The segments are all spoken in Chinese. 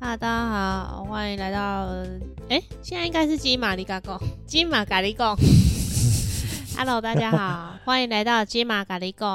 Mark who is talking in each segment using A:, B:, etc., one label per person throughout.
A: 哈，大家好，欢迎来到，哎、现在应该是金马咖喱贡， 金马咖喱贡。Hello，大家好，欢迎来到金马咖喱贡，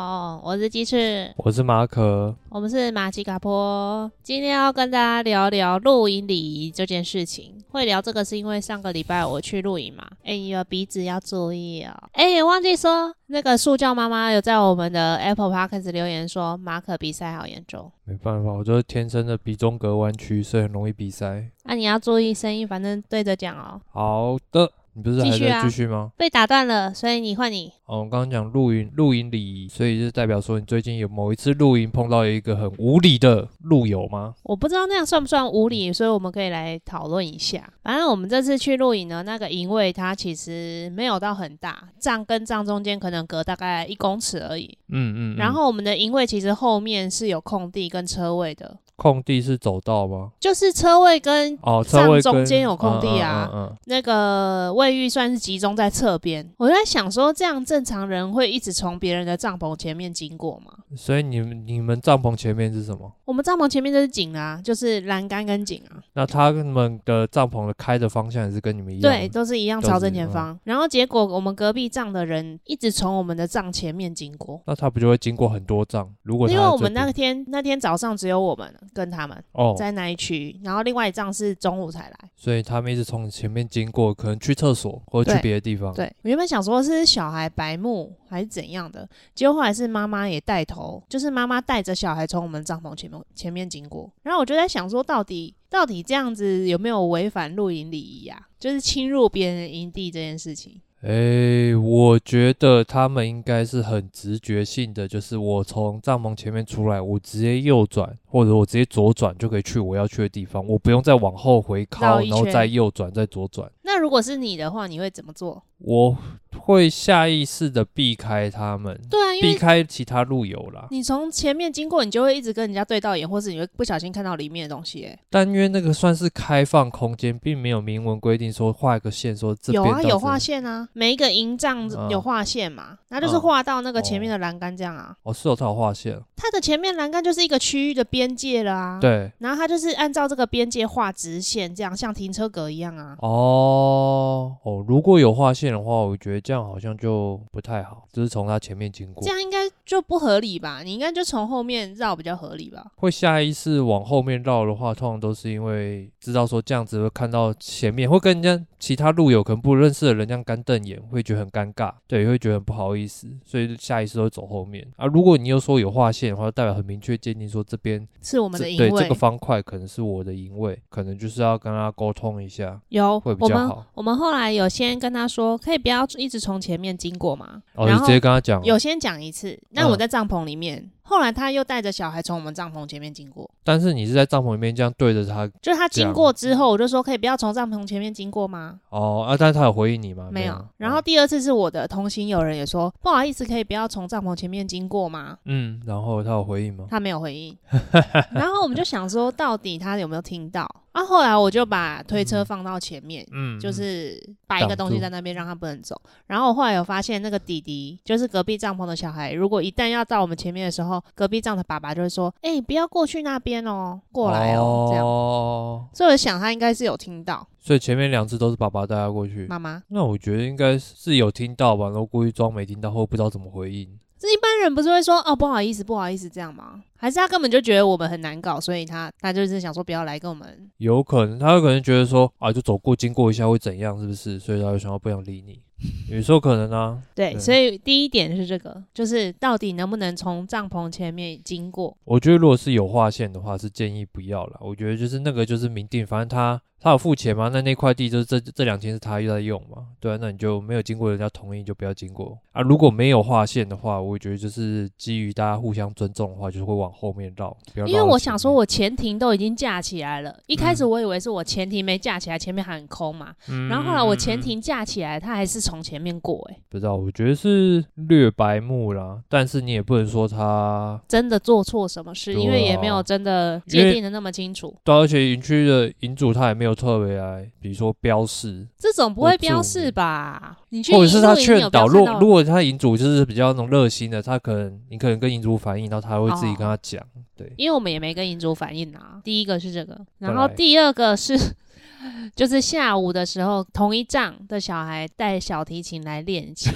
A: 我是鸡翅，
B: 我是马可，
A: 我们是马吉卡坡。今天要跟大家聊聊露营礼仪这件事情。会聊这个是因为上个礼拜我去露营嘛，哎、你的鼻子要注意哦。哎、忘记说，那个塑胶妈妈有在我们的 Apple Podcast 留言说，马可鼻塞好严重。
B: 没办法，我就是天生的鼻中隔弯曲，所以很容易鼻塞。
A: 那、啊你要注意声音，反正对着讲哦。
B: 好的，你不是还
A: 继续啊
B: 在继续吗？
A: 被打断了，所以你换你。
B: 哦，我刚刚讲露营露营礼仪，所以就代表说你最近有某一次露营碰到一个很无理的路友吗？
A: 我不知道那样算不算无理，所以我们可以来讨论一下。反正我们这次去露营呢，那个营位它其实没有到很大，帐跟帐中间可能隔大概一公尺而已。
B: 嗯嗯，嗯
A: 然后我们的营位其实后面是有空地跟车位的，
B: 空地是走道吗？
A: 就是车位跟
B: 哦，车位
A: 上中间
B: 跟
A: 有空地啊
B: 嗯嗯嗯嗯
A: 那个卫浴算是集中在侧边。我在想说，这样正常人会一直从别人的帐篷前面经过吗？
B: 嗯所以你们你们帐篷前面是什么？
A: 我们帐篷前面就是井啦、就是栏杆跟井啊。
B: 那他们的帐篷的开的方向也是跟你们一样
A: 对，
B: 吗，
A: 都是一样
B: 都
A: 朝
B: 是嗯
A: 正前方。然后结果我们隔壁帐的人一直从我们的帐前面经过，
B: 那他不就会经过很多帐？如果他
A: 因为
B: 在
A: 我
B: 这
A: 们那
B: 边
A: 天那天早上只有我们跟他们
B: 哦，
A: 在那一区，然后另外一帐是中午才来。
B: 所以他们一直从你前面经过，可能去厕所或者
A: 对
B: 去别的地方。，
A: 对，我原本想说是小孩白目还是怎样的，结果后来是妈妈也带头，就是妈妈带着小孩从我们帐篷前面前面经过。然后我就在想说，到底到底这样子有没有违反露营礼仪啊？就是侵入别人营地这件事情。
B: 哎，我觉得他们应该是很直觉性的，就是我从帐篷前面出来，我直接右转或者我直接左转就可以去我要去的地方，我不用再往后回靠
A: 绕，一
B: 然后
A: 圈
B: 再右转再左转。
A: 那如果是你的话，你会怎么做？
B: 我会下意识的避开他们，
A: 对啊，因为
B: 避开其他路友啦。
A: 你从前面经过，你就会一直跟人家对到眼，或是你会不小心看到里面的东西、欸。
B: 但因为那个算是开放空间，并没有明文规定说画一个线说这
A: 有
B: 边
A: 啊，
B: 到
A: 有
B: 这
A: 画线啊，每一个营帐
B: 嗯
A: 有画线嘛，那就是画到那个前面的栏杆这样啊。
B: 哦，是有它有画线，
A: 它的前面栏杆就是一个区域的边界了啊。。
B: 对。
A: 然后它就是按照这个边界画直线，这样像停车格一样啊。
B: 哦哦，如果有划线的话，我觉得这样好像就不太好，就是从他前面经过
A: 这，样应该就不合理吧？你应该就从后面绕比较合理吧？
B: 会下意识往后面绕的话，通常都是因为知道说这样子会看到前面，会跟人家其他路友可能不认识的人这样干瞪眼，会觉得很尴尬，对，会觉得很不好意思，所以下意识会走后面啊。如果你又说有划线的话，代表很明确界定说这边
A: 是我们
B: 这
A: 的营
B: 对
A: 位、
B: 这个方块可能是我的营位，可能就是要跟他沟通一下。
A: 有
B: 会比
A: 我
B: 较
A: 们
B: 好
A: 我们后来有先跟他说，可以不要一直从前面经过嘛。
B: 哦，你
A: 然
B: 直
A: 后
B: 接跟他讲，
A: 有先讲一次，那
B: 嗯
A: 我在帐篷里面，后来他又带着小孩从我们帐篷前面经过，
B: 但是你是在帐篷里面这样对着他
A: 就是他
B: 这
A: 经
B: 样
A: 过之后，我就说可以不要从帐篷前面经过吗？
B: 哦啊，但是他有回应你吗？
A: 没有。然
B: 哦
A: 后第二次是我的同行友人也说不好意思，可以不要从帐篷前面经过吗？
B: 嗯，然后他有回应吗？
A: 他没有回 应，然后我们就想说到底他有没有听到？啊，后来我就把推车放到前面，
B: 嗯，
A: 就
B: 嗯
A: 是摆一个东西在那边让他不能走。然后我后来有发现，那个弟弟就是隔壁帐篷的小孩，如果一旦要到我们前面的时候，隔壁帐的爸爸就会说：“哎、不要过去那边哦，过来哦。这样。
B: 哦，
A: 所以我想他应该是有听到
B: 所以前面两只都是爸爸带他过去。
A: 妈妈。
B: 那我觉得应该是有听到吧，然后故意装没听到，或不知道怎么回应。
A: 这一般人不是会说哦不好意思不好意思这样吗？还是他根本就觉得我们很难搞，所以他他就是想说不要来跟我们。
B: 有可能他有可能觉得说啊，就走过经过一下会怎样，是不是？所以他就想要不想理你。有时候可能啊，
A: 对，
B: 对
A: 所以第一点是这个，就是到底能不能从帐篷前面经过？
B: 我觉得如果是有划线的话，是建议不要啦。我觉得就是那个就是明定，反正他他有付钱嘛，那那块地就是这这两天是他又在用嘛，对啊，那你就没有经过人家同意就不要经过啊。如果没有划线的话，我觉得就是基于大家互相尊重的话，就是会往后面绕，不要绕到前面。
A: 因为我想说，我前庭都已经架起来了。一开始
B: 嗯
A: 我以为是我前庭没架起来，前面还很空嘛。
B: 嗯，
A: 然后后来我前
B: 嗯嗯
A: 庭架起来，它还是从前面过、欸，
B: 不知道，我觉得是略白目啦，但是你也不能说他。
A: 真的做错什么事？
B: 对啊
A: 因为也没有真的界定的那么清楚。
B: 对啊，而且营区的营主他也没有特别来，比如说标示，
A: 这种不会标示吧？你去
B: 或者是他
A: 露营你有
B: 劝
A: 没有
B: 导，
A: 看
B: 如
A: 到
B: 如果他银主就是比较那种热心的，他可能你可能跟银主反映，然后他会自己跟他讲，对，
A: 因为我们也没跟银主反映啊。第一个是这个，然
B: 再
A: 后
B: 来
A: 第二个是， 就是下午的时候，同一仗的小孩带小提琴来练 琴，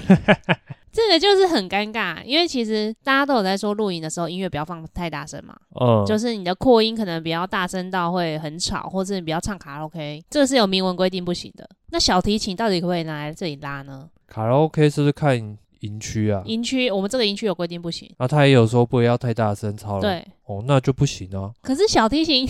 A: 这个就是很尴尬，因为其实大家都有在说录影的时候音乐不要放太大声嘛，
B: 嗯，
A: 哦就是你的扩音可能比较大声到会很吵，或是你不要唱卡拉 OK，这个是有明文规定不行的。那小提琴到底可不可以拿来这里拉呢？
B: 卡拉 OK 是不是看营区啊？
A: 营区我们这个营区有规定不行，
B: 那他也有说不要太大声吵了，，
A: 对。
B: 哦，那就不行啊。
A: 可是小提琴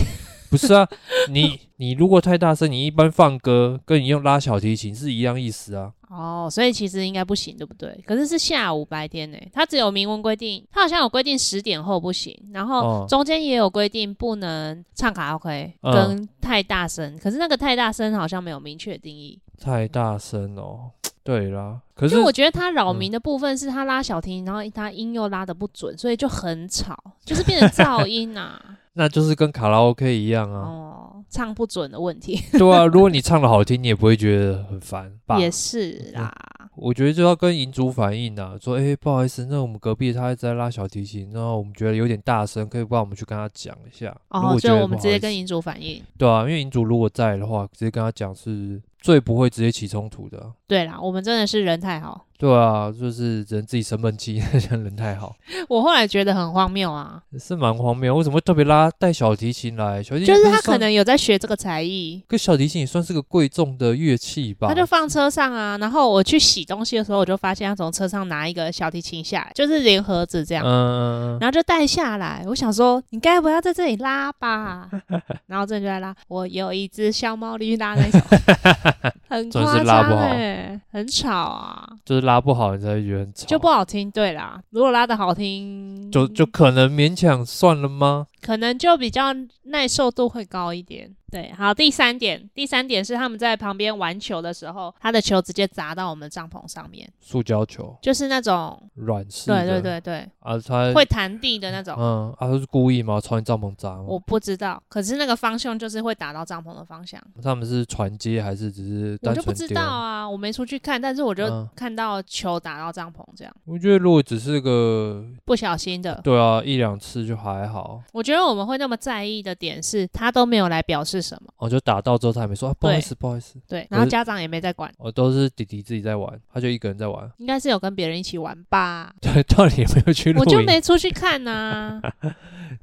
B: 不是啊， 你你如果太大声，你一般放歌跟你用拉小提琴是一样意思啊。
A: 哦，所以其实应该不行，对不对？可是是下午白天呢、它只有明文规定，它好像有规定十点后不行，然后
B: 哦
A: 中间也有规定不能唱卡拉 OK、
B: 嗯
A: 跟太大声，可是那个太大声好像没有明确定义。
B: 太大声哦，对啦。可
A: 因
B: 是嗯
A: 为我觉得他扰民的部分是他拉小提琴，然后他音又拉的不准，所以就很吵，就是变成 噪音啊，
B: 那就是跟卡拉 OK 一样啊，
A: 哦，唱不准的问题
B: 对啊。如果你唱的好听，你也不会觉得很烦吧？ 嗯
A: 也是啦。
B: 我觉得就要跟银主反映啊，说诶，不好意思，那我们隔壁他一直在拉小提琴，然后我们觉得有点大声，可以帮我们去跟他讲一下。如
A: 哦，
B: 果觉
A: 所以
B: 得
A: 我们直
B: 不
A: 接
B: 好意
A: 跟
B: 思
A: 银主反映。
B: 对啊，因为银主如果在的话，直接跟他讲是最不会直接起冲突的啊、
A: 对啦，我们真的是人太好。
B: 对啊，就是只能自己生闷气， 人太好，
A: 我后来觉得很荒谬啊，
B: 是蛮荒谬。为什么会特别拉带小提琴来？小提琴
A: 就是
B: 不
A: 他可
B: 算，
A: 能有在学这个才艺，
B: 跟小提琴也算是个贵重的乐器吧？
A: 他就放车上啊。然后我去洗东西的时候，我就发现他从车上拿一个小提琴下来，就是连盒子这样，
B: 嗯，嗯嗯
A: 然后就带下来。我想说，你该不要在这里拉 吧？然后这就在拉，我有一只小毛驴拉 那首，很
B: 真
A: 夸
B: 是拉不
A: 张
B: 好
A: 哎、很吵啊，
B: 就是拉不好，你才会觉得很吵，
A: 就不好听。对啦，如果拉的好听，
B: 就就可能勉强算了吗？
A: 可能就比较耐受度会高一点。对，好，第三点，第三点是他们在旁边玩球的时候，他的球直接砸到我们帐篷上面，
B: 塑胶球
A: 就是那种，
B: 软式
A: 对对
B: 的，
A: 对对，
B: 啊，他
A: 会弹地的那种。
B: 嗯啊，他是故意吗？朝你帐篷砸
A: 我
B: 吗？
A: 不知道，可是那个方向就是会打到帐篷的方向，
B: 他们是传接还是只是
A: 我
B: 单
A: 就不
B: 纯
A: 知
B: 丢
A: 道？啊，我没出去看，但是我就
B: 嗯
A: 看到球打到帐篷这样，
B: 我觉得如果只是个
A: 不小心的。
B: 对啊一两次就还好，
A: 我觉得我们会那么在意的点是，他都没有来表示什么，
B: 哦，就打到之后他还没说啊，不好
A: 对
B: 意思，不好意思。
A: 对，
B: 我
A: 然后
B: 是
A: 家长也没在管，
B: 哦，都是弟弟自己在玩，他就一个人在玩。
A: 应该是有跟别人一起玩吧，
B: 对，到底有没有去露
A: 我就
B: 营？
A: 没出去看啊呐、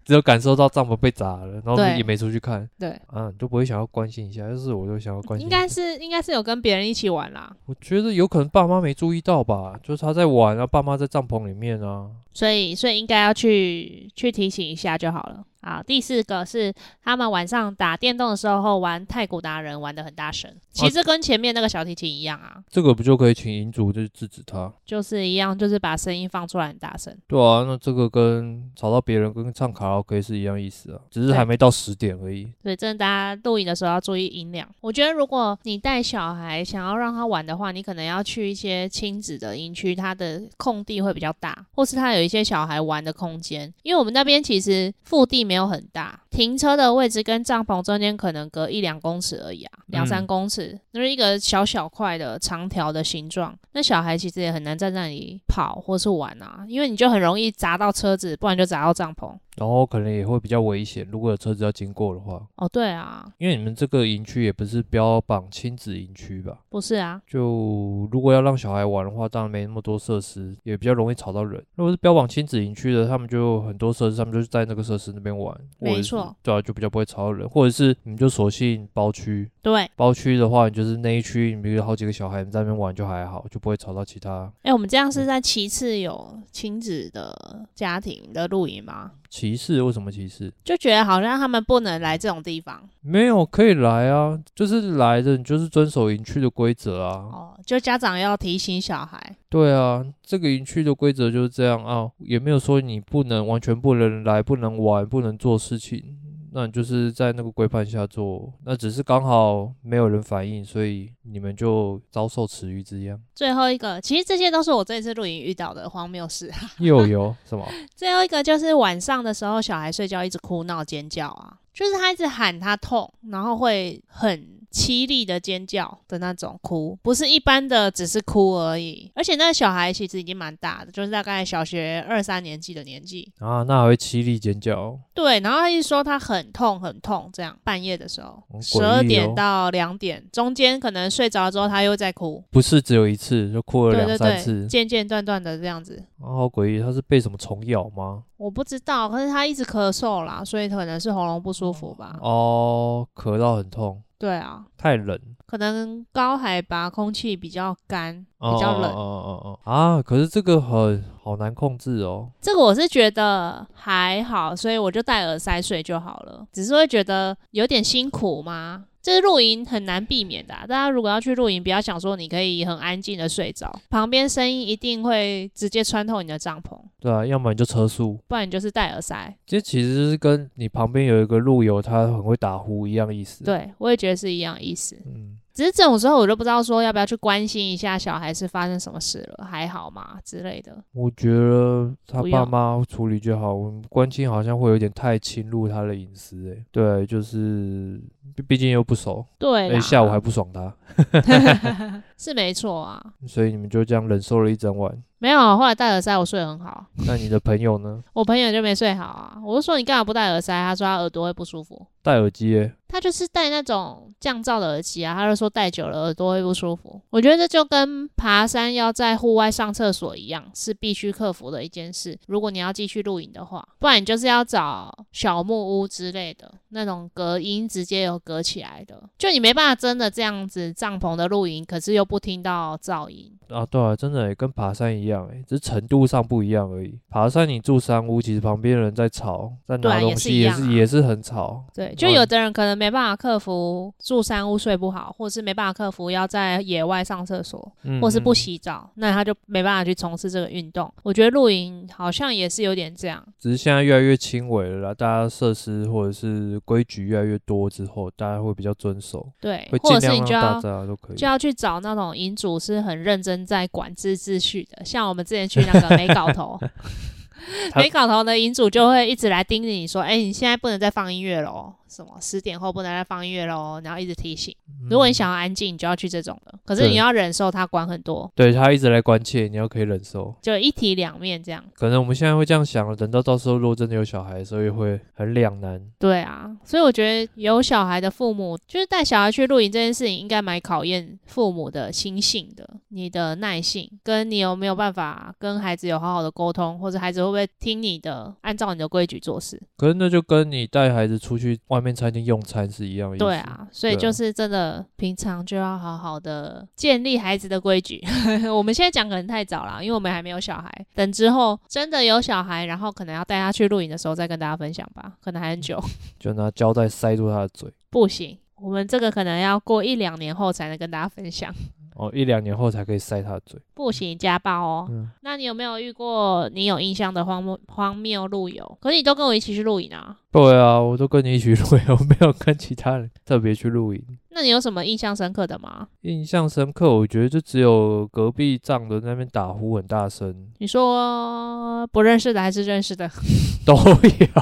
B: 只有感受到帐篷被砸了，然后
A: 对
B: 也没出去看
A: 对，
B: 啊，你都不会想要关心一下，就是我就想要关心。
A: 应该，是应该是有跟别人一起玩啦，
B: 我觉得有可能爸妈没注意到吧，就是他在玩啊，爸妈在帐篷里面啊。
A: 所以所以应该要去去提醒一下就好了。好，第四个是他们晚上打电动的时候玩太鼓达人玩的很大声，其实跟前面那个小提琴一样啊，
B: 这个不就可以请银主就是制止他？
A: 就是一样，就是把声音放出来很大声。
B: 对啊，那这个跟吵到别人跟唱卡拉 OK 是一样意思啊，只是
A: 对
B: 还没到十点而已。
A: 所以真的大家录影的时候要注意音量。我觉得如果你带小孩想要让他玩的话，你可能要去一些亲子的营区，它的空地会比较大，或是它有一些小孩玩的空间。因为我们那边其实腹地没有很大，停车的位置跟帐篷中间可能隔一两公尺而已啊，两三公尺，那、是一个小小块的长条的形状。那小孩其实也很难在那里跑或是玩啊，因为你就很容易砸到车子，不然就砸到帐篷。
B: 然后可能也会比较危险，如果有车子要经过的话，
A: 哦，对啊，
B: 因为你们这个营区也不是标榜亲子营区吧？
A: 不是啊，
B: 就如果要让小孩玩的话，当然没那么多设施，也比较容易吵到人。如果是标榜亲子营区的，他们就很多设施，他们就是在那个设施那边玩，或者
A: 没
B: 是
A: 错，
B: 对啊，就比较不会吵到人。或者是你们就索性包区，
A: 对。
B: 包区的话，你就是那一区，你比如好几个小孩你在那边玩就还好，就不会吵到其他。
A: 哎、我们这样是在其次有亲子的家庭的露营吗？
B: 歧视为什么歧视？
A: 就觉得好像他们不能来这种地方
B: 没有可以来啊，就是来的你就是遵守营区的规则啊。
A: 哦，就家长要提醒小孩，
B: 对啊，这个营区的规则就是这样啊，也没有说你不能完全不能来、不能玩、不能做事情，那你就是在那个规范下做，那只是刚好没有人反应，所以你们就遭受池鱼之 殃。
A: 最后一个，其实这些都是我这次露营遇到的荒谬事。啊
B: 又有什么？
A: 最后一个就是晚上的时候，小孩睡觉一直哭闹尖叫啊，就是他一直喊他痛，然后会很凄厉的尖叫的那种哭，不是一般的只是哭而已。而且那个小孩其实已经蛮大的，就是大概小学二三年级的年纪。
B: 啊，那还会凄厉尖叫哦，
A: 对，然后他一直说他很痛很痛，这样半夜的时候
B: 很，诡
A: 十
B: 异
A: 二
B: 哦
A: 点到两点中间可能睡着之后他又在哭，
B: 不是只有一次，就哭了
A: 对
B: 两
A: 对
B: 三
A: 对，
B: 次，
A: 间间断断的这样子。
B: 啊，好诡异，他是被什么虫咬吗？
A: 我不知道，可是他一直咳嗽啦，所以可能是喉咙不舒服吧。
B: 哦，咳到很痛，
A: 对啊，
B: 太冷，
A: 可能高海拔空气比较干，
B: 哦
A: 比较冷。
B: 哦哦哦哦啊，可是这个很好难控制哦，
A: 这个我是觉得还好，所以我就戴耳塞睡就好了。只是会觉得有点辛苦嘛，这是露营很难避免的啊、大家如果要去露营，不要想说你可以很安静的睡着，旁边声音一定会直接穿透你的帐篷，
B: 对啊，要么你就车速，
A: 不然你就是戴耳塞。
B: 这其实就是跟你旁边有一个路友，他很会打呼一样意思。，
A: 对，我也觉得是一样意思。
B: 嗯，
A: 只是这种时候，我就不知道说要不要去关心一下小孩是发生什么事了，还好吗之类的。
B: 我觉得他
A: 不要
B: 爸妈处理就好，我们关心好像会有点太侵入他的隐私、欸，对，就是毕毕竟又不熟，
A: 对
B: 哎，
A: 啦，
B: 下午 还不爽他，
A: 是没错啊。
B: 所以你们就这样忍受了一整晚。
A: 没有，啊后来戴耳塞我睡得很好，
B: 那你的朋友 呢？
A: 我朋友就没睡好啊。我就说你干嘛不戴耳塞？他说他耳朵会不舒服。
B: 戴耳机、欸，
A: 他就是戴那种降噪的耳机啊，他就说戴久了耳朵会不舒服。我觉得这就跟爬山要在户外上厕所一样，是必须克服的一件事。如果你要继续露营的话，不然你就是要找小木屋之类的那种隔音直接有隔起来的，就你没办法真的这样子帐篷的露营，可是又不听到噪音。
B: 啊，对啊，真的、欸、跟爬山一样、欸，只是程度上不一样而已。爬山你住山屋，其实旁边人在吵，在
A: 对
B: 拿
A: 啊也
B: 东
A: 是
B: 西
A: 一
B: 也
A: 样
B: 是、
A: 啊
B: 也是很吵，
A: 对，就有的人可能没办法克服住山屋睡不好，或是没办法克服要在野外上厕所，
B: 嗯
A: 或是不
B: 嗯
A: 洗澡，那他就没办法去从事这个运动。我觉得露营好像也是有点这样，
B: 只是现在越来越轻微了啦，大家设施或者是规矩越来越多之后，大家会比较遵守，
A: 对
B: 会，
A: 或
B: 尽
A: 者是
B: 量
A: 你
B: 让
A: 就
B: 大
A: 要
B: 家都可以
A: 就。要去找那种营主是很认真在管制秩序的，像我们之前去那个美搞头。
B: 他
A: 美搞头的营主就会一直来叮咛你说：“哎、你现在不能再放音乐喽，什么十点后不能再放音乐喽。”然后一直提醒。如
B: 嗯
A: 果你想要安静，你就要去这种的。可是
B: 对
A: 你要忍受他管很多，
B: 对他一直来关切，你要可以忍受。
A: 就一体两面这样。
B: 可能我们现在会这样想了，等到到时候如果真的有小孩的时候，也会很两难。
A: 对啊，所以我觉得有小孩的父母，就是带小孩去露营这件事情，应该蛮考验父母的心性的，你的耐性，跟你有没有办法跟孩子有好好的沟通，或者孩子会不会听你的，按照你的规矩做事。
B: 可是那就跟你带孩子出去外面餐厅用餐是一样的意思。
A: 对，啊，所以
B: 对啊
A: 就是真的平常就要好好的建立孩子的规矩。 我们现在讲可能太早了，因为我们还没有小孩，等之后真的有小孩，然后可能要带他去露营的时候再跟大家分享吧，可能还很久。
B: 就拿胶带塞住他的嘴。
A: 不行，我们这个可能要过一两年后才能跟大家分享。
B: 哦，一两年后才可以塞他的嘴。
A: 不行，家暴哦。
B: 嗯
A: 那你有没有遇过你有印象的荒谬荒谬路由？可是你都跟我一起去露营啊，
B: 对啊，我都跟你一起露营，我没有跟其他人特别去露营。
A: 那你有什么印象深刻的吗？
B: 印象深刻，我觉得就只有隔壁帐的那边打呼很大声，
A: 你说不认识的还是认识的？
B: 都有。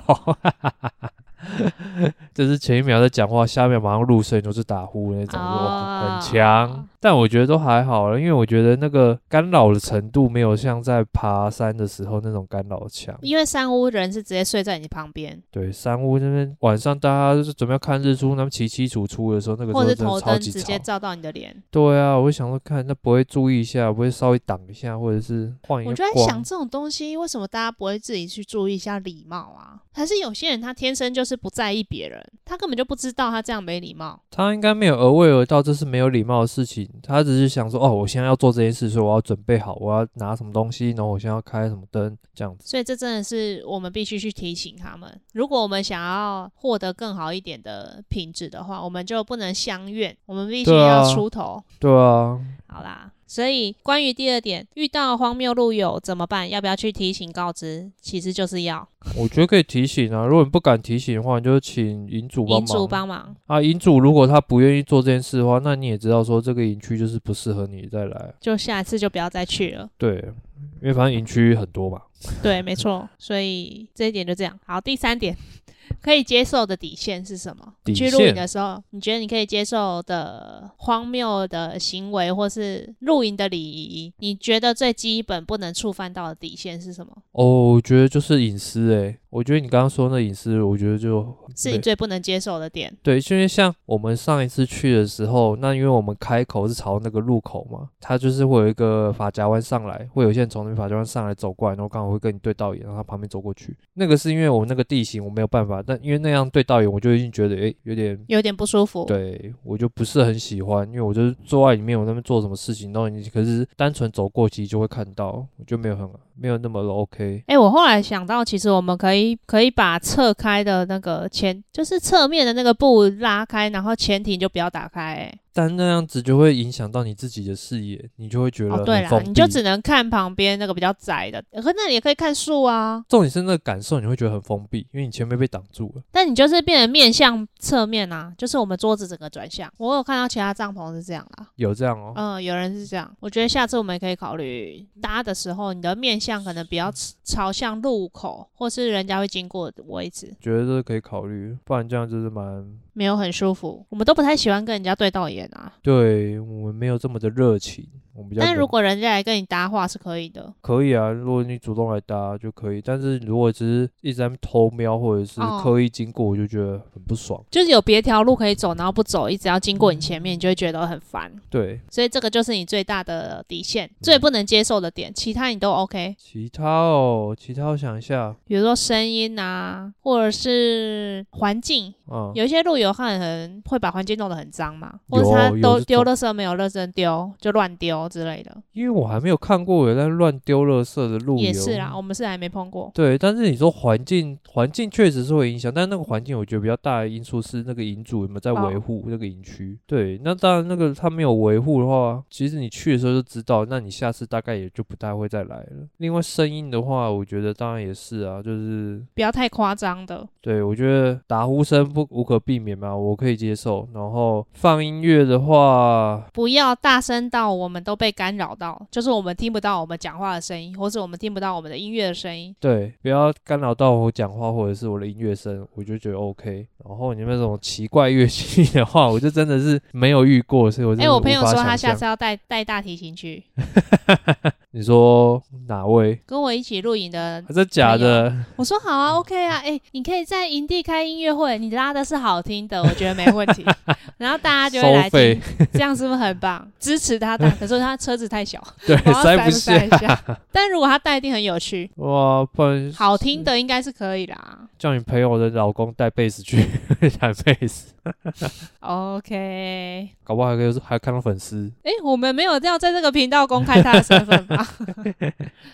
B: 就是前一秒在讲话，下一秒马上入睡，就是打呼那种，哇
A: 哦
B: 很强。但我觉得都还好了，因为我觉得那个干扰的程度没有像在爬山的时候那种干扰强。
A: 因为山屋人是直接睡在你旁边，
B: 对，山屋那边晚上大家就是准备要看日出，他们起起楚楚的时候，那个时
A: 或
B: 候
A: 者是
B: 真的
A: 头
B: 超
A: 灯
B: 级
A: 直
B: 吵
A: 接。照到你的脸。
B: 对啊，我就想说看，那不会注意一下，不会稍微挡一下，或者是换一个
A: 我
B: 光。
A: 就在想，这种东西为什么大家不会自己去注意一下礼貌啊？还是有些人他天生就是不在意别人，他根本就不知道他这样没礼貌。
B: 他应该没有额为而到，这是没有礼貌的事情。他只是想说，哦，我现在要做这件事，所以我要准备好，我要拿什么东西，然后我现在要开什么灯，这样子。
A: 所以这真的是我们必须去提醒他们，如果我们想要获得更好一点的品质的话，我们就不能相怨，我们必须
B: 对啊
A: 要出头。
B: 对啊，
A: 好啦，所以关于第二点，遇到荒谬路友怎么办？要不要去提醒告知？其实就是要
B: 我觉得可以提醒啊。如果你不敢提醒的话，你就请银主帮忙。
A: 银主帮忙。
B: 啊，银主如果他不愿意做这件事的话，那你也知道说这个营区就是不适合你再来。啊
A: 就下一次就不要再去了。
B: 对，因为反正营区很多嘛。
A: 对，没错。所以这一点就这样。好，第三点，可以接受的底线是什么？
B: 底
A: 去露营
B: 线
A: 的时候，你觉得你可以接受的荒谬的行为，或是露营的礼仪，你觉得最基本不能触犯到的底线是什么？
B: 哦，我觉得就是隐私诶、我觉得你刚刚说那隐私，我觉得就是
A: 你最不能接受的点。
B: 对，因为像我们上一次去的时候，那因为我们开口是朝那个路口嘛，它就是会有一个发夹弯上来，会有些人从那边发夹弯上来走过来，然后刚好会跟你对到眼，然后他旁边走过去。那个是因为我那个地形我没有办法，但因为那样对到眼，我就已经觉得诶有点。
A: 有点不舒服，
B: 对我就不是很喜欢，因为我就是坐在里面，我在那边做什么事情，然后你可是单纯走过其实就会看到，我就没有很没有那么 OK。
A: 哎、我后来想到，其实我们可以可以把侧开的那个前，就是侧面的那个布拉开，然后前庭就不要打开、欸。
B: 但那样子就会影响到你自己的视野，你就会觉得
A: 哦，对
B: 很
A: 啦
B: 封，闭。
A: 你就只能看旁边那个比较窄的，呃可那你也可以看树啊，
B: 重点是那个感受，你会觉得很封闭，因为你前面被挡住了。
A: 但你就是变成面向侧面啊，就是我们桌子整个转向。我有看到其他帐篷是这样啦，
B: 有这样哦，
A: 嗯、有人是这样，我觉得下次我们也可以考虑搭的时候，你的面向可能比较朝向路口或是人家会经过的位置，
B: 觉得这个可以考虑，不然这样就是蛮
A: 没有很舒服。我们都不太喜欢跟人家对到眼啊。
B: 对我们没有这么的热情，我们比较冷。
A: 但如果人家来跟你搭话是可以的，
B: 可以啊，如果你主动来搭就可以，但是如果只是一直在那边偷瞄或者是
A: 哦
B: 刻意经过，我就觉得很不爽。
A: 就是有别条路可以走，然后不走，一直要经过你前面，你就会觉得很烦。
B: 对，
A: 所以这个就是你最大的底
B: 嗯
A: 线，最不能接受的点，其他你都 OK。
B: 其他哦，其他我想一下，
A: 比如说声音啊，或者是环境，
B: 嗯，
A: 有一些路友看很会把环境弄得很脏嘛，或
B: 有
A: 者是他
B: 有
A: 都
B: 这
A: 丢
B: 种
A: 垃圾没有认真丢，就乱丢之类的，
B: 因为我还没有看过有在乱丢垃圾的路由。
A: 也是啦。我们是还没碰过，
B: 对，但是你说环境，环境确实是会影响，但那个环境我觉得比较大的因素是那个营主有没有在维
A: 哦
B: 护那个营区。对，那当然那个他没有维护的话，其实你去的时候就知道，那你下次大概也就不太会再来了。另外声音的话，我觉得当然也是啊，就是
A: 不要太夸张的。
B: 对我觉得打呼声不无可避免嘛，我可以接受。然后放音乐的话，
A: 不要大声到我们都被干扰到，就是我们听不到我们讲话的声音，或是我们听不到我们的音乐的声音。
B: 对，不要干扰到我讲话或者是我的音乐声，我就觉得 OK。然后你们那种奇怪乐器的话，我就真的是没有遇过，所以我真
A: 哎、
B: 的
A: 我
B: 无
A: 朋友
B: 法
A: 说他
B: 想
A: 下
B: 象
A: 次要带带大提琴去，
B: 你说哪位？
A: 跟我一起露营的
B: 啊、真假的？
A: 我说好啊，OK 啊，哎、你可以在营地开音乐会，你拉的是好听的，我觉得没问 题。然后大家就会来
B: 收费
A: 听，这样是不是很棒？支持他带，可是他车子太 小，
B: 对，
A: 我要塞
B: 不
A: 塞
B: 下
A: 一。下。 但如果他带，一定很有趣，
B: 哇，不然
A: 好听的应该是可以啦。
B: 叫你朋友的老公带贝斯去 弹贝斯，
A: OK，哎、
B: 搞不好还可以还看到粉丝。
A: 我们没有要在这个频道公开他的身份 吧？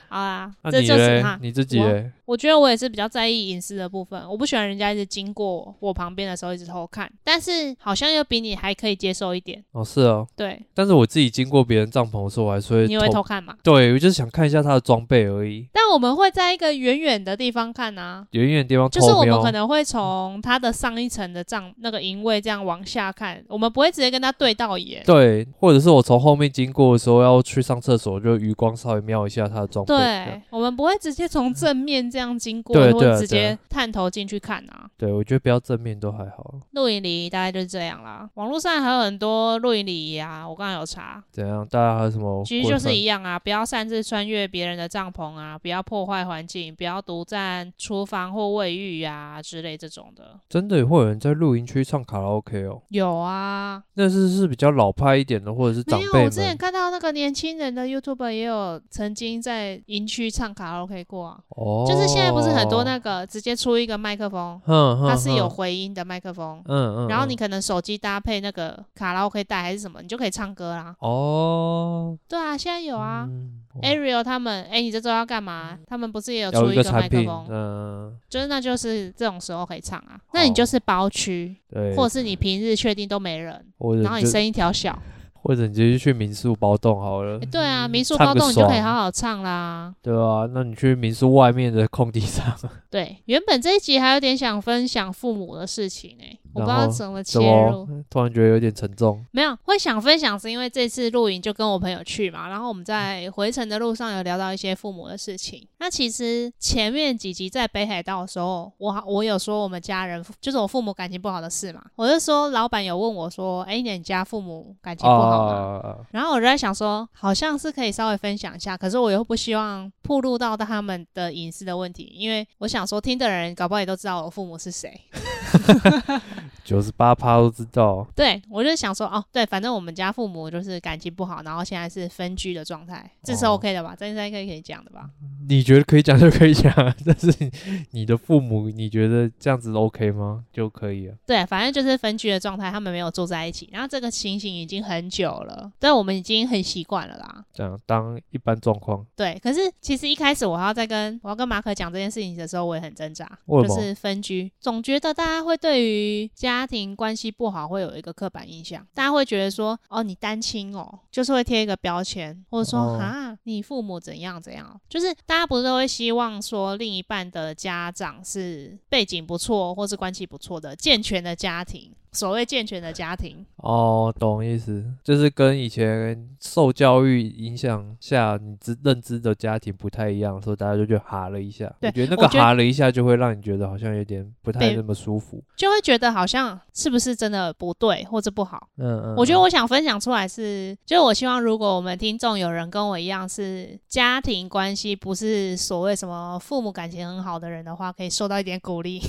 A: 好啦，
B: 那、
A: 这
B: 你
A: 就是
B: 嘞
A: 他？。
B: 你自己
A: 我
B: 嘞？
A: 我觉得我也是比较在意隐私的部分，我不喜欢人家一直经过我旁边的时候一直偷看，但是好像又比你还可以接受一点。
B: 哦，是哦。
A: 对，
B: 但是我自己经过别人帐篷的时候，我还是会
A: 你也会
B: 偷
A: 偷看嘛？
B: 对，我就是想看一下他的装备而已。
A: 但我们会在一个远远的地方看啊，
B: 远远的地方偷
A: 就是我
B: 瞄
A: 们可能会从它的上一层的帐那个营位这样往下看，我们不会直接跟它对到眼。
B: 对，或者是我从后面经过的时候要去上厕所，就余光稍微瞄一下他的装备。这样
A: 对，我们不会直接从正面这样经过，
B: 对
A: 或
B: 对
A: 者
B: 啊
A: 直
B: 对
A: 接
B: 啊
A: 探头进去看啊。
B: 对，我觉得不要正面都还好。
A: 露营礼仪大概就是这样啦。网络上还有很多露营礼仪啊，我刚刚有查，
B: 怎样？大家还有什么规范？
A: 其实就是一样啊，不要擅自穿越别人的帐篷啊，不要破坏环境，不要独占厨房或卫浴啊之类这种的。
B: 真的会有人在露营区唱卡拉 OK 哦，
A: 有啊，
B: 那是是比较老派一点的，或者是长
A: 没有，
B: 辈
A: 我之前
B: 们。
A: 看到那个年轻人的 YouTube 也有曾经在营区唱卡拉 OK 过啊，
B: 哦，
A: 就是现在不是很多那，个直接出一个麦克风，
B: 哼哼，
A: 它是有
B: 哼，
A: 回音的麦克风，
B: 哦嗯嗯，
A: 然后
B: 嗯
A: 你可能手机搭配那个卡拉 OK 带还是什么，你就可以唱歌啦。
B: 哦，
A: 对啊，现在有啊。
B: 嗯
A: Ariel 他们，哎、你这周要干嘛？他们不是也有
B: 有
A: 出
B: 一
A: 个麦
B: 产
A: 克
B: 品，
A: 风？
B: 嗯，
A: 就是那就是这种时候可以唱啊。那你就是包区，
B: 哦对，
A: 或者是你平日确定都没人，
B: 或者
A: 然后你
B: 就
A: 声音调小，
B: 或者你直接去民宿包栋好了
A: 诶，对啊，民宿
B: 嗯唱
A: 包
B: 个
A: 栋你就可以
B: 爽
A: 好好唱啦。
B: 对啊，那你去民宿外面的空地上，
A: 对，原本这一集还有点想分享父母的事情呢、我不知
B: 然
A: 道
B: 后
A: 怎么切
B: 怎
A: 入。
B: 么突然觉得有点沉重？
A: 没有，会想分享是因为这次露营就跟我朋友去嘛，然后我们在回程的路上有聊到一些父母的事情。那其实前面几集在北海道的时候，我好我有说我们家人就是我父母感情不好的事嘛，我就说老板有问我说，哎，你家父母感情不好吗？
B: 啊，
A: 然后我就在想说，好像是可以稍微分享一下，可是我又不希望暴露到他们的隐私的问题，因为我想说听的人搞不好也都知道我父母是谁。
B: 九十八趴都知道，
A: 对我就想说，哦，对，反正我们家父母就是感情不好，然后现在是分居的状态，这是
B: 哦
A: OK 的吧？这应该可以可以讲的吧？
B: 你觉得可以讲就可以讲，但是你你的父母你觉得这样子 OK 吗？就可以啊。
A: 对，反正就是分居的状态，他们没有住在一起，然后这个情形已经很久了，但我们已经很习惯了啦。
B: 这样当一般状况，
A: 对，可是其实一开始我要在跟我要跟马可讲这件事情的时候，我也很挣扎，
B: 为什
A: 就
B: 么
A: 是分居，总觉得大家会对于家庭关系不好会有一个刻板印象，大家会觉得说，哦，你单亲哦，就是会贴一个标签，或者说
B: 哦
A: 哈、你父母怎样怎样，哦就是大家不是都会希望说另一半的家长是背景不错或是关系不错的健全的家庭，所谓健全的家庭，
B: 哦，懂意思，就是跟以前受教育影响下你知认知的家庭不太一样，所以大家就觉得哈了一下。
A: 对
B: 我觉得那
A: 我
B: 个
A: 觉得
B: 哈了一下就会让你觉得好像有点不太
A: 被
B: 那么舒服。
A: 就会觉得好像是不是真的不对或者不好。
B: 嗯嗯，
A: 我觉得
B: 嗯
A: 我想分享出来是，就是我希望如果我们听众有人跟我一样是家庭关系不是所谓什么父母感情很好的人的话，可以受到一点鼓励。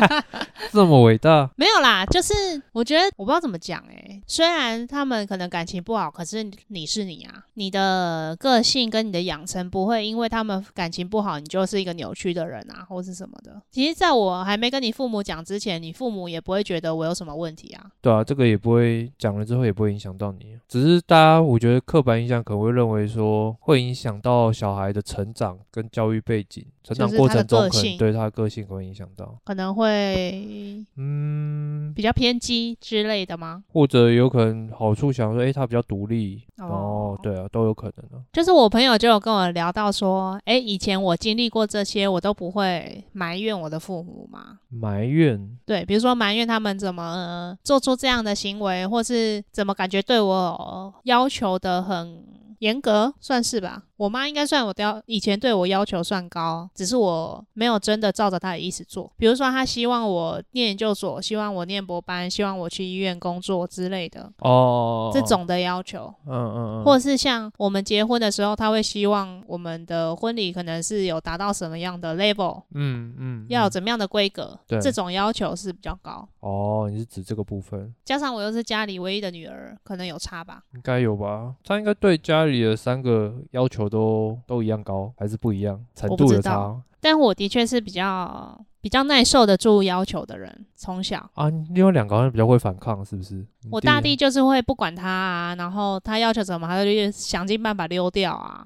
B: 这么伟大，
A: 没有啦，就是我觉得我不知道怎么讲诶、虽然他们可能感情不好，可是你是你啊，你的个性跟你的养成不会因为他们感情不好，你就是一个扭曲的人啊，或是什么的。其实在我还没跟你父母讲之前，你父母也不会觉得我有什么问题啊。
B: 对啊，这个也不会讲了之后也不会影响到你，只是大家我觉得刻板印象可能会认为说会影响到小孩的成长跟教育背景，成长
A: 就是
B: 过
A: 他的
B: 程中
A: 个
B: 可
A: 性
B: 能对他的个性可能会影响到。
A: 可能会
B: 嗯，
A: 比较偏激之类的吗？
B: 或者有可能好处想说，诶、他比较独立，
A: 哦
B: 哦，对啊，都有可能啊。
A: 就是我朋友就有跟我聊到说，哎、以前我经历过这些，我都不会埋怨我的父母嘛。
B: 埋怨，
A: 对，比如说埋怨他们怎么、呃做出这样的行为，或是怎么感觉对我要求的很严格，算是吧。我妈应该算我要以前对我要求算高，只是我没有真的照着她的意思做。比如说，她希望我念研究所，希望我念博班，希望我去医院工作之类的
B: 哦，
A: 这，种的要求。
B: 嗯嗯嗯，
A: 或是像我们结婚的时候，他会希望我们的婚礼可能是有达到什么样的 level，、
B: 嗯嗯，
A: 要有
B: 嗯
A: 怎么样的规格，
B: 对
A: 这种要求是比较高。
B: 哦，你是指这个部分，
A: 加上我又是家里唯一的女儿，可能有差吧。
B: 应该有吧？他应该对家里的三个要求都都一样高，还是不一样？程
A: 我不
B: 度
A: 知
B: 有
A: 道
B: 差
A: 但我的确是比较比较耐受得住要求的人，从小。
B: 啊？你另外两个好像比较会反抗，是不是？你
A: 我大弟就是会不管他啊，然后他要求什么，他就想尽办法溜掉 啊。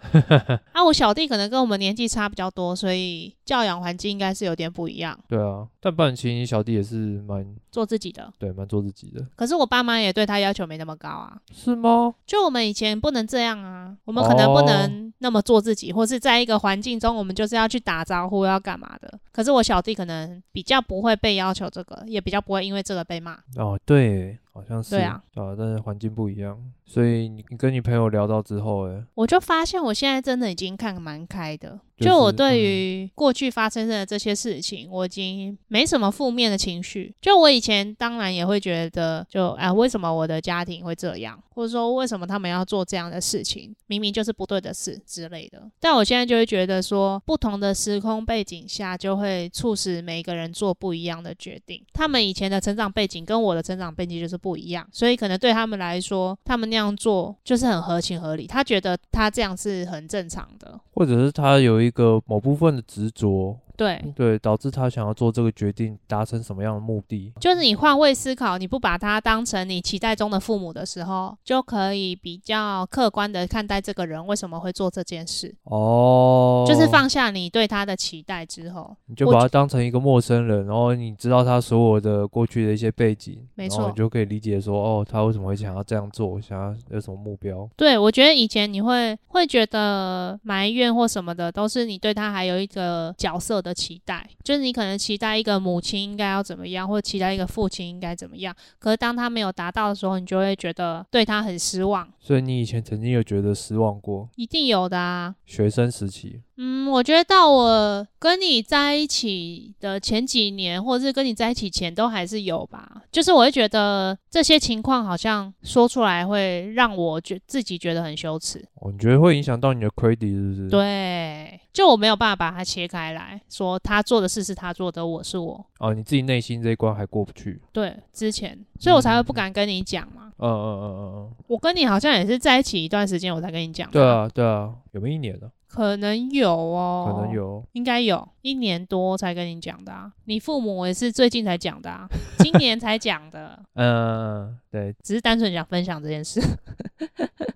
A: 啊，我小弟可能跟我们年纪差比较多，所以教养环境应该是有点不一样，
B: 对啊，但半其实你小弟也是蛮
A: 做自己的。
B: 对蛮做自己的，
A: 可是我爸妈也对他要求没那么高啊。
B: 是吗？
A: 就我们以前不能这样啊，我们可能不
B: 哦
A: 能那么做自己，或是在一个环境中，我们就是要去打招呼，要干嘛的。可是我小弟可能比较不会被要求这个，也比较不会因为这个被骂。
B: 哦，对，好像是
A: 对啊，
B: 但是环境不一样，所以你你跟你朋友聊到之后，哎，
A: 我就发现我现在真的已经看蛮开的，
B: 就是
A: 就我对于过去发生的这些事情，我已经没什么负面的情绪。就我以前当然也会觉得就，啊，为什么我的家庭会这样，或者说为什么他们要做这样的事情，明明就是不对的事之类的。但我现在就会觉得说，不同的时空背景下，就会促使每个人做不一样的决定。他们以前的成长背景跟我的成长背景就是不一样，所以可能对他们来说，他们那样做就是很合情合理。他觉得他这样是很正常的，
B: 或者是他有一个某部分的执着，
A: 对，
B: 对，导致他想要做这个决定，达成什么样的目的？
A: 就是你换位思考，你不把他当成你期待中的父母的时候，就可以比较客观的看待这个人为什么会做这件事，
B: 哦，
A: 就是，放下你对他的期待之后，
B: 你就
A: 我
B: 把
A: 觉
B: 他当成一个陌生人，然后你知道他所有的过去的一些背景，
A: 没
B: 然后
A: 错
B: 你就可以理解说，哦，他为什么会想要这样做，想要有什么目标？
A: 对，我觉得以前你会会觉得埋怨或什么的，都是你对他还有一个角色的期待，就是你可能期待一个母亲应该要怎么样，或期待一个父亲应该怎么样。可是当他没有达到的时候，你就会觉得对他很失望，
B: 所以你以前曾经有觉得失望过，
A: 一定有的啊。
B: 学生时期，
A: 嗯，我觉得到我跟你在一起的前几年，或者是跟你在一起前，都还是有吧。就是我会觉得这些情况好像说出来会让我觉自己觉得很羞耻。
B: 哦，你觉得会影响到你的 credit 是不是？，
A: 对，就我没有办法把它切开来说，他做的事是他做的，我是我。
B: 哦，你自己内心这一关还过不去，
A: 对，之前，所以我才会不敢跟你讲嘛。
B: 嗯嗯嗯嗯嗯，
A: 我跟你好像也是在一起一段时间，我才跟你讲。
B: 对，啊对啊，有没有一年呢、
A: 可能有哦，
B: 可能，有，
A: 应该有一年多才跟你讲的啊。你父母也是最近才讲的啊，今年才讲的，
B: 嗯，对，
A: 只是单纯想分享这件事。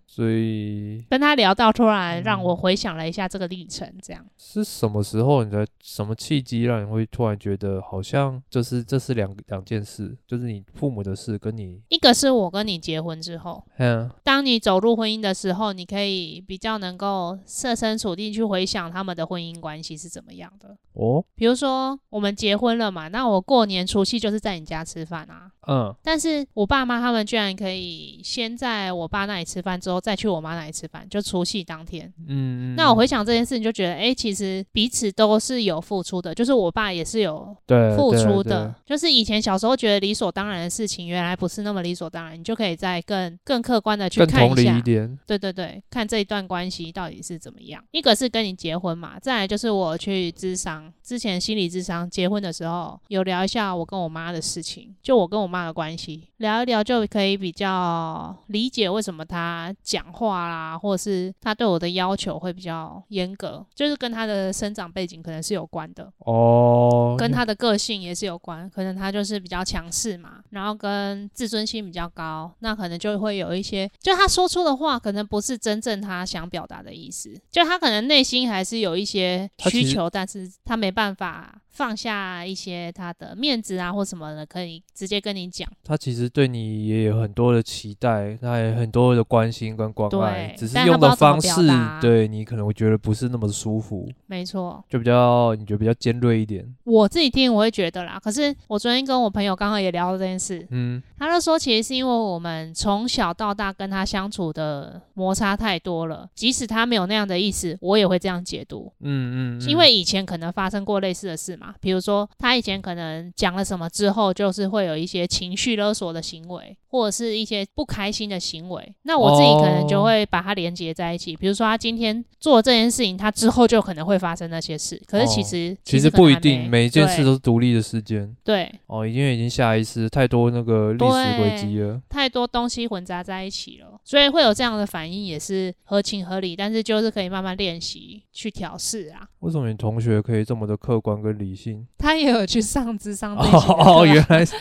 B: 所以
A: 跟他聊到，突然让我回想了一下这个历程，这样。
B: 是什么时候你的什么契机让你会突然觉得好像就是这是两两件事，就是你父母的事跟你，
A: 一个是我跟你结婚之后，
B: 嗯，
A: 当你走入婚姻的时候，你可以比较能够设身处地去回想他们的婚姻关系是怎么样的。
B: 哦，
A: 比如说，我们结婚了嘛，那我过年除夕就是在你家吃饭啊。
B: 嗯，
A: 但是我爸妈他们居然可以先在我爸那里吃饭，之后再去我妈那里吃饭，就除夕当天。
B: 嗯，
A: 那我
B: 会
A: 回想这件事，你就觉得，诶，其实彼此都是有付出的，就是我爸也是有
B: 对
A: 付
B: 呃对啊
A: 出
B: 对
A: 的，就是以前小时候觉得理所当然的事情，原来不是那么理所当然，你就可以再更更客观的去
B: 更
A: 看
B: 同
A: 一
B: 理
A: 下
B: 一。点，
A: 对对对，看这一段关系到底是怎么样。一个是跟你结婚嘛，再来就是我去咨商，之前心理咨商结婚的时候有聊一下我跟我妈的事情，就我跟我妈的关系，聊一聊就可以比较理解为什么她讲话啦，或者是她对我的要求会比较严格，就是跟她的生长背景可能是有关的。
B: 哦，
A: 跟他的个性也是有关，可能他就是比较强势嘛，然后跟自尊心比较高，那可能就会有一些，就他说出的话可能不是真正他想表达的意思，就他可能内心还是有一些
B: 他其
A: 需
B: 实
A: 求，但是他没办法放下一些他的面子啊或什么的，可以直接跟你讲。
B: 他其实对你也有很多的期待，他也很多的关心跟关爱
A: 对，
B: 只是
A: 但他
B: 用
A: 不知道
B: 的
A: 怎么
B: 方
A: 表
B: 式
A: 达
B: 对你可能会觉得不是那么舒服，
A: 没错，
B: 就比较你觉得比较尖锐一点，
A: 我自己听我会觉得啦，可是我昨天跟我朋友刚好也聊到这件事，
B: 嗯，
A: 他就说，其实是因为我们从小到大跟他相处的摩擦太多了，即使他没有那样的意思，我也会这样解读。
B: 嗯嗯，嗯
A: 因为以前可能发生过类似的事嘛，比如说他以前可能讲了什么之后，就是会有一些情绪勒索的行为，或者是一些不开心的行为。那我自己可能就
B: 哦
A: 会把它连接在一起，比如说他今天做这件事情，他之后就可能会发生那些事。可是其实、
B: 哦其
A: 实
B: 实
A: 可能
B: 不一
A: 还没
B: 定，每一件事
A: 对
B: 都是独立的事件
A: 对
B: 哦，因为已经下意识太多那个历史轨迹了。
A: 太多东西混杂在一起了，所以会有这样的反应也是合情合理，但是就是可以慢慢练习去调试啊。
B: 为什么你同学可以这么的客观跟理性？
A: 他也有去上智商类型的课啊
B: 哦哦，原来是，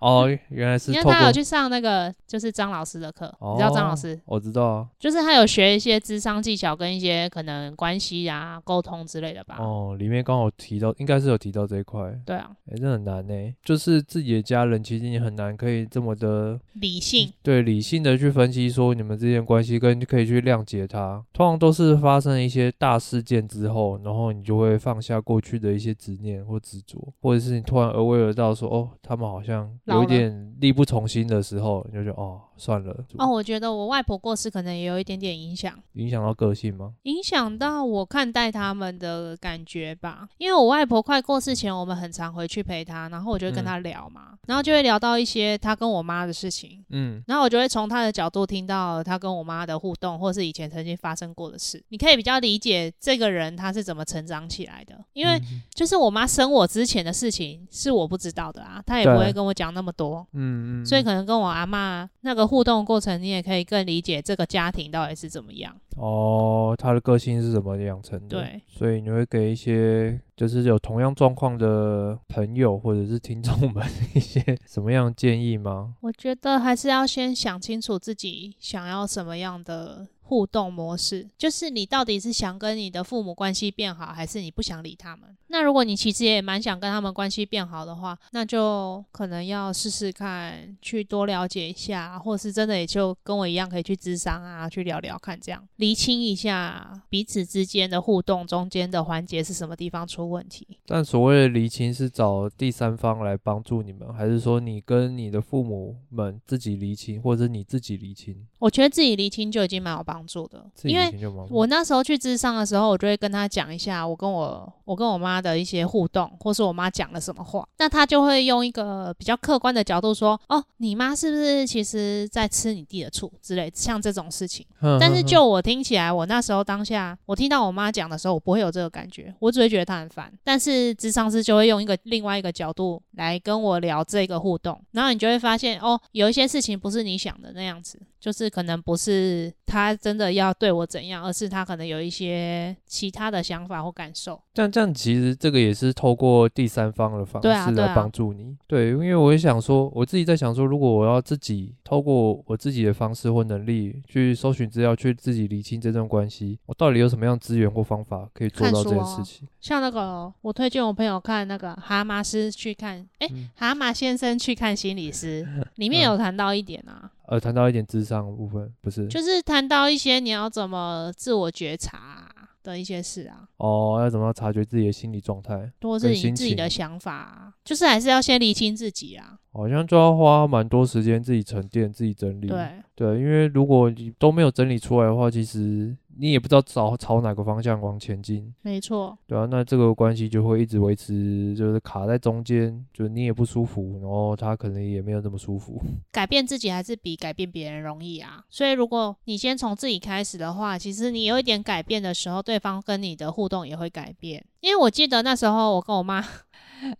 B: 哦，原来是
A: 你看
B: 透
A: 他有
B: 过，
A: 去上那个就是张老师的课，
B: 哦
A: 你知道张老师
B: 我知道啊，
A: 就是他有学一些智商技巧跟一些可能关系啊、沟通之类的吧？
B: 哦，里面刚好提到，应该是有提到这一块，
A: 对啊，
B: 哎，这很难呢，就是自己的家人，其实你很难可以这么的
A: 理性
B: 对理性的去分析说你们之间的关系，跟可以去谅解它。通常都是发生一些大事件之后，然后你就会放下过去的一些执念或执着，或者是你突然 aware 到说，哦，他们好像
A: 老
B: 有
A: 了
B: 一点力不从心的时候，你就觉得哦，算了，
A: 哦，我觉得我外婆过世可能也有一点点影响。
B: 影响到个性吗？
A: 影响到我看待他们的感觉吧，因为我外婆快过世前，我们很常回去陪她，然后我就
B: 嗯
A: 会跟她聊嘛，然后就会聊到一些她跟我妈的事情，
B: 嗯，
A: 然后我就会从她的角度听到她跟我妈的互动，或是以前曾经发生过的事，你可以比较理解这个人他是怎么成长起来的，
B: 嗯
A: 因为就是我妈生我之前的事情是我不知道的啊，她也不
B: 对
A: 会跟我讲那么多，
B: 嗯嗯，
A: 所以可能跟我阿嬷那个个互动过程，你也可以更理解这个家庭到底是怎么样。
B: 哦，他的个性是怎么养成的？，
A: 对，
B: 所以你会给一些就是有同样状况的朋友或者是听众们 一些什么样的建议吗？
A: 我觉得还是要先想清楚自己想要什么样的互动模式，就是你到底是想跟你的父母关系变好，还是你不想理他们？那如果你其实也蛮想跟他们关系变好的话，那就可能要试试看，去多了解一下，或是真的也就跟我一样可以去咨商啊，去聊聊看，这样厘清一下彼此之间的互动中间的环节是什么地方出问题。
B: 但所谓的厘清是找第三方来帮助你们，还是说你跟你的父母们自己厘清，或者是你自己厘清？
A: 我觉得自己厘清就已经蛮有帮助的，
B: 自己
A: 因为
B: 厘清就蛮好。
A: 我那时候去智商的时候，我就会跟他讲一下我跟我我跟我妈的一些互动，或是我妈讲了什么话，那他就会用一个比较客观的角度说，哦，你妈是不是其实在吃你弟的醋之类，像这种事情。
B: 哼
A: 但是
B: 哼哼
A: 就我听起来，我那时候当下，我听到我妈讲的时候，我不会有这个感觉，我只会觉得她很烦。但是智商师就会用一个另外一个角度来跟我聊这个互动，然后你就会发现，哦，有一些事情不是你想的那样子，就是可能不是他真的要对我怎样，而是他可能有一些其他的想法或感受。
B: 但这样其实这个也是透过第三方的方
A: 对啊
B: 式
A: 对
B: 来
A: 啊
B: 帮助你。对，因为我也想说，我自己在想说，如果我要自己透过我自己的方式或能力去搜寻资料，去自己理清这段关系，我到底有什么样的资源或方法可以做
A: 看
B: 到
A: 书
B: 这件
A: 啊
B: 事情？
A: 像那个，我推荐我朋友看那个蛤蟆师去看，诶，
B: 嗯
A: 蛤蟆先生去看心理 师，里面
B: 嗯
A: 有谈到一点啊，
B: 呃，谈到一点智商的部分，不是
A: 就是谈到一些你要怎么自我觉察的一些事啊，
B: 哦，要怎么样察觉自己的心理状态？
A: 或是
B: 跟
A: 你
B: 心
A: 自己的
B: 情
A: 想法啊、就是还是要先厘清自己啊。
B: 好像就要花蛮多时间自己沉淀、自己整理。
A: 对，
B: 对，因为如果你都没有整理出来的话，其实你也不知道朝朝哪个方向往前进。
A: 没错，
B: 对啊，那这个关系就会一直维持，就是卡在中间，就是你也不舒服，然后他可能也没有那么舒服。
A: 改变自己还是比改变别人容易啊。所以如果你先从自己开始的话，其实你有一点改变的时候，对方跟你的互动也会改变。因为我记得那时候我跟我妈，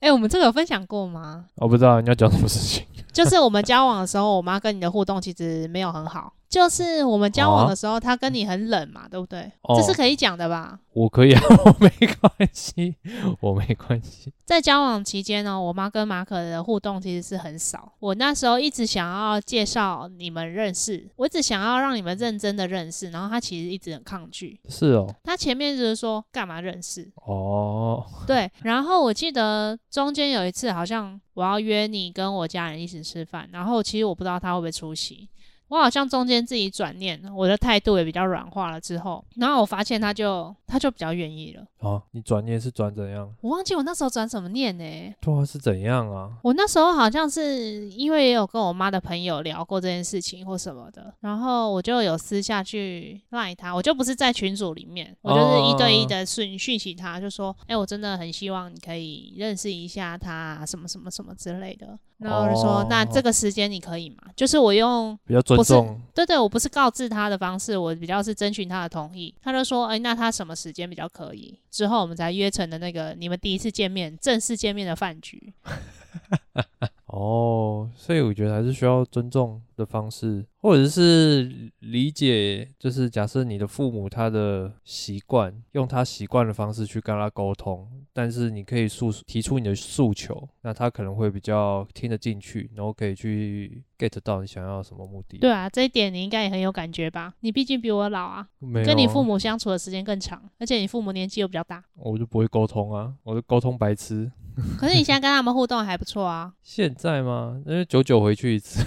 A: 诶，我们这个有分享过吗？
B: 我、哦不知道你要讲什么事情。
A: 就是我们交往的时候，我妈跟你的互动其实没有很好。就是我们交
B: 啊
A: 往的时候，她跟你很冷嘛，对不对？
B: 哦
A: 这是可以讲的吧？
B: 我可以啊， 我没关系，我没关系。
A: 在交往期间呢，我妈跟马可的互动其实是很少。我那时候一直想要介绍你们认识，我一直想要让你们认真的认识，然后她其实一直很抗拒。
B: 是哦，
A: 她前面就是说干嘛认识？
B: 哦，
A: 对，然后我记得中间有一次好像我要约你跟我家人一起吃饭，然后其实我不知道她会不会出席。我好像中间自己转念，我的态度也比较软化了之后，然后我发现她就她就比较愿意了。
B: 啊，你转念是转怎样？
A: 我忘记我那时候转什么念呢、
B: 对啊，是怎样啊？
A: 我那时候好像是因为也有跟我妈的朋友聊过这件事情或什么的，然后我就有私下去赖她，我就不是在群组里面，我就是一对一的讯讯息她，就说，哎、我真的很希望你可以认识一下她啊，什么什么什么之类的。然后我就说，
B: 哦
A: 那这个时间你可以吗？就是我用
B: 比较尊
A: 不是
B: 重
A: 对对，我不是告知他的方式，我比较是征询他的同意。他就说，哎，那他什么时间比较可以？之后我们才约成的那个你们第一次见面、正式见面的饭局。
B: 哦，所以我觉得还是需要尊重的方式，或者是理解，就是假设你的父母他的习惯，用他习惯的方式去跟他沟通，但是你可以诉提出你的诉求，那他可能会比较听得进去，然后可以去 get 到你想要什么目的。
A: 对，啊，这一点你应该也很有感觉吧？你毕竟比我老啊，
B: 没有
A: 跟你
B: 啊
A: 父，母相处的时间更长，而且你父母年纪又比较 大。
B: 我就不会沟通啊，我就沟通白痴。
A: 可是你现在跟他们互动还不错啊，
B: 现在吗？那就久久回去一 次，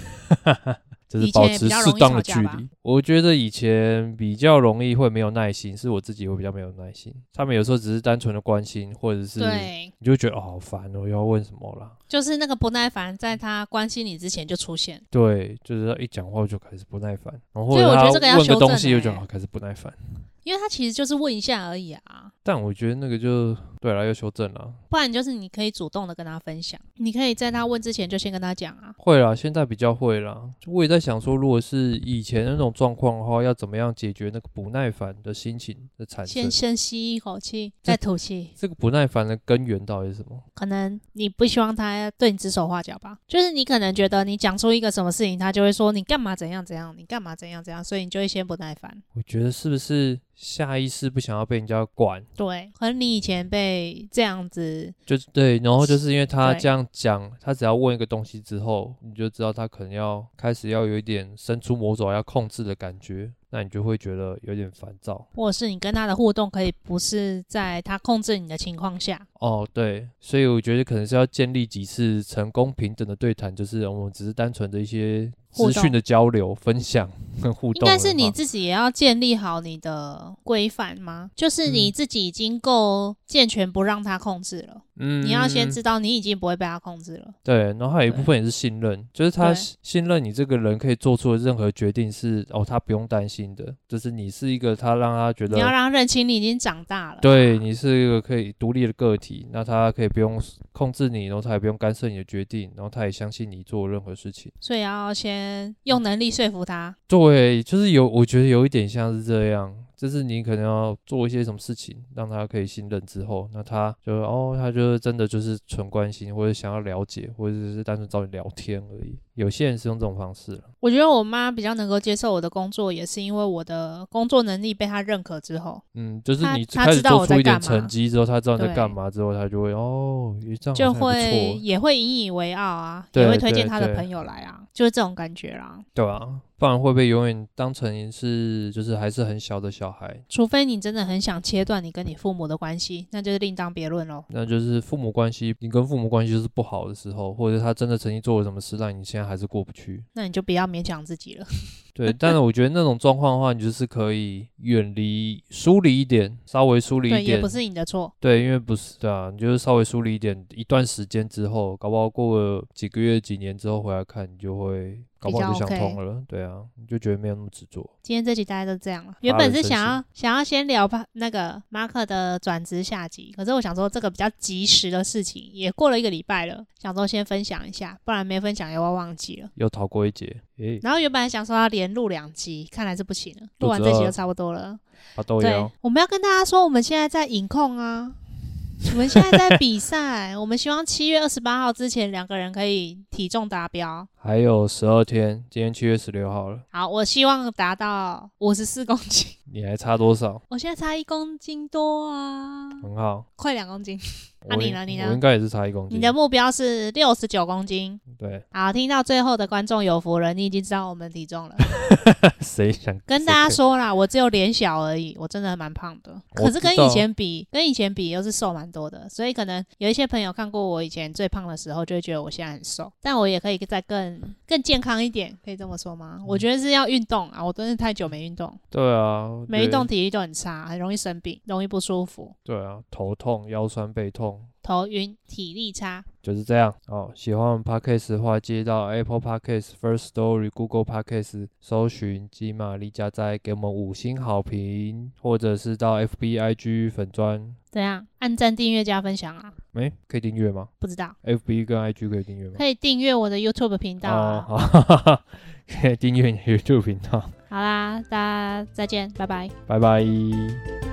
B: 就是
A: 以前
B: 保
A: 也
B: 持
A: 比较
B: 适
A: 容易
B: 当
A: 吵
B: 的
A: 架
B: 距
A: 吧
B: 离。我觉得以前比较容易会没有耐心，是我自己会比较没有耐心。他们有时候只是单纯的关心，或者是
A: 对，
B: 你就会觉得哦好烦哦，又要问什么啦。
A: 就是那个不耐烦，在他关心你之前就出现。
B: 对，就是一讲话我就开始不耐烦，然后
A: 所以
B: 或
A: 我
B: 者
A: 觉得
B: 他
A: 这个要
B: 问
A: 修
B: 个
A: 正
B: 东西，我就哦
A: 欸
B: 好开始不耐烦。
A: 因为他其实就是问一下而已啊。
B: 但我觉得那个就对了，要修正了。
A: 不然就是你可以主动的跟他分享，你可以在他问之前就先跟他讲啊。
B: 会啦，现在比较会啦。我也在想说，如果是以前那种状况的话，要怎么样解决那个不耐烦的心情的产生
A: 先？深吸一口气，再吐气。
B: 这个不耐烦的根源到底是什么？
A: 可能你不希望他对你指手画脚吧，就是你可能觉得你讲出一个什么事情，他就会说你干嘛怎样怎样，你干嘛怎样怎样，所以你就会先不耐烦。
B: 我觉得是不是下意识不想要被人家管？
A: 对，可能你以前被这样子，
B: 就是对，然后就是因为他
A: 对
B: 这样讲，他只要问一个东西之后，你就知道他可能要开始要有一点伸出魔爪要控制的感觉，那你就会觉得有点烦躁。
A: 或者是你跟他的互动可以不是在他控制你的情况下，
B: 哦，对，所以我觉得可能是要建立几次成功平等的对谈，就是我们只是单纯的一些
A: 互
B: 资
A: 动
B: 讯的交流、分享跟互
A: 应
B: 动而已嘛。
A: 该是你自己也要建立好你的规范吗？就是你
B: 嗯
A: 自己已经够健全，不让他控制了，
B: 嗯，
A: 你要先知道你已经不会被他控制了。
B: 对，然后还有一
A: 对
B: 部分也是信任，就是他
A: 对
B: 信信任你这个人可以做出的任何决定是哦，他不用担心的，就是你是一个他让他觉
A: 你要让
B: 得。
A: 他认清你已经长大了。啊
B: 对你是一个可以独立的个体，那他可以不用控制你，然后他也不用干涉你的决定，然后他也相信你做任何事情。
A: 所以要先用能力说服他。
B: 对，就是有，我觉得有一点像是这样，就是你可能要做一些什么事情，让他可以信任之后，那他就哦，他就是真的就是纯关心，或者想要了解，或者是单纯找你聊天而已。有些人是用这种方式啦
A: 我觉得我妈比较能够接受我的工作，也是因为我的工作能力被她认可之后，
B: 嗯，就是
A: 他
B: 你
A: 他
B: 开
A: 知
B: 始
A: 道我
B: 做
A: 在
B: 出一点
A: 干嘛
B: 成绩之后，他知道你在
A: 对
B: 干嘛之后，他就会哦，这样
A: 就
B: 好像
A: 会
B: 也不错，
A: 也会引以为傲啊，
B: 对
A: 也会推荐
B: 对
A: 她的
B: 对
A: 朋友来啊，就是这种感觉啦。
B: 对啊，不然会被永远当成是就是还是很小的小孩，
A: 除非你真的很想切断你跟你父母的关系，那就是另当别论喽。
B: 那就是父母关系，你跟父母关系就是不好的时候，或者他真的曾经做了什么事，让你现在还是过不去。
A: 那你就不要勉强自己了。
B: 对，但是我觉得那种状况的话，你就是可以远离、疏离一点，稍微疏离
A: 对，
B: 一
A: 也
B: 点
A: 不。是你的错。
B: 对，因为不是对啊，你就是稍微梳理一点，一段时间之后，搞不好过了几个月、几年之后回来看，你就会搞不好
A: 比
B: 就
A: 较
B: 想
A: OK
B: 通了。对啊，你就觉得没有那么执着。
A: 今天这集大家都这样了。
B: 人
A: 原本是
B: 生
A: 想要想要先聊吧那个马克的转职下集，可是我想说这个比较及时的事情，也过了一个礼拜了，想说先分享一下，不然没分享又要忘记了。
B: 又逃过一劫，诶、
A: 然后原本还想说要连录两集，看来是不行了，
B: 肚子
A: 录完这集
B: 饿
A: 就差不多了。
B: 他都
A: 对
B: 要，
A: 我们要跟大家说，我们现在在影控啊， 我们现在在比赛，我们希望七月二十八号之前两个人可以体重达标。
B: 还有十二天，今天七月十六号了，
A: 好，我希望达到五十四公斤，
B: 你还差多少？
A: 我现在差一公斤多啊。
B: 很好。
A: 快两公斤。
B: 我
A: 啊你
B: 应
A: 呢你呢
B: 我应该也是差一公斤。
A: 你的目标是六十九公斤。
B: 对，
A: 好，听到最后的观众有福了，你已经知道我们体重了。
B: 谁想
A: 跟大家？说啦，我只有脸小而已，我真的蛮胖的。
B: 我
A: 可是跟
B: 知道
A: 以前比，跟以前比又是瘦蛮多的，所以可能有一些朋友看过我以前最胖的时候，就会觉得我现在很瘦。但我也可以再更更健康一点，可以这么说
B: 嗯
A: 吗？我觉得是要运动啊，我真是太久没运动，
B: 对啊，
A: 没运
B: 对
A: 动体力都很差，很容易生病，容易不舒服，
B: 对啊，头痛、腰酸背痛，
A: 头晕，体力差。
B: 就是这样哦。喜欢我们 podcast 的话，记得到 Apple Podcast、First Story、Google Podcast 搜寻“鸡玛丽加哉”，给我们五星好评，或者是到 FB、IG 粉砖，
A: 怎样？按赞、订阅、加分享啊！
B: 诶，可以订阅吗
A: 不知道。
B: ？FB 跟 IG 可以订阅吗？
A: 可以订阅我的 YouTube 频道、
B: 嗯哦
A: 啊，
B: 好 哈哈，可以订阅你的 YouTube 频道，
A: 好啦，大家再见，拜拜。
B: 拜拜。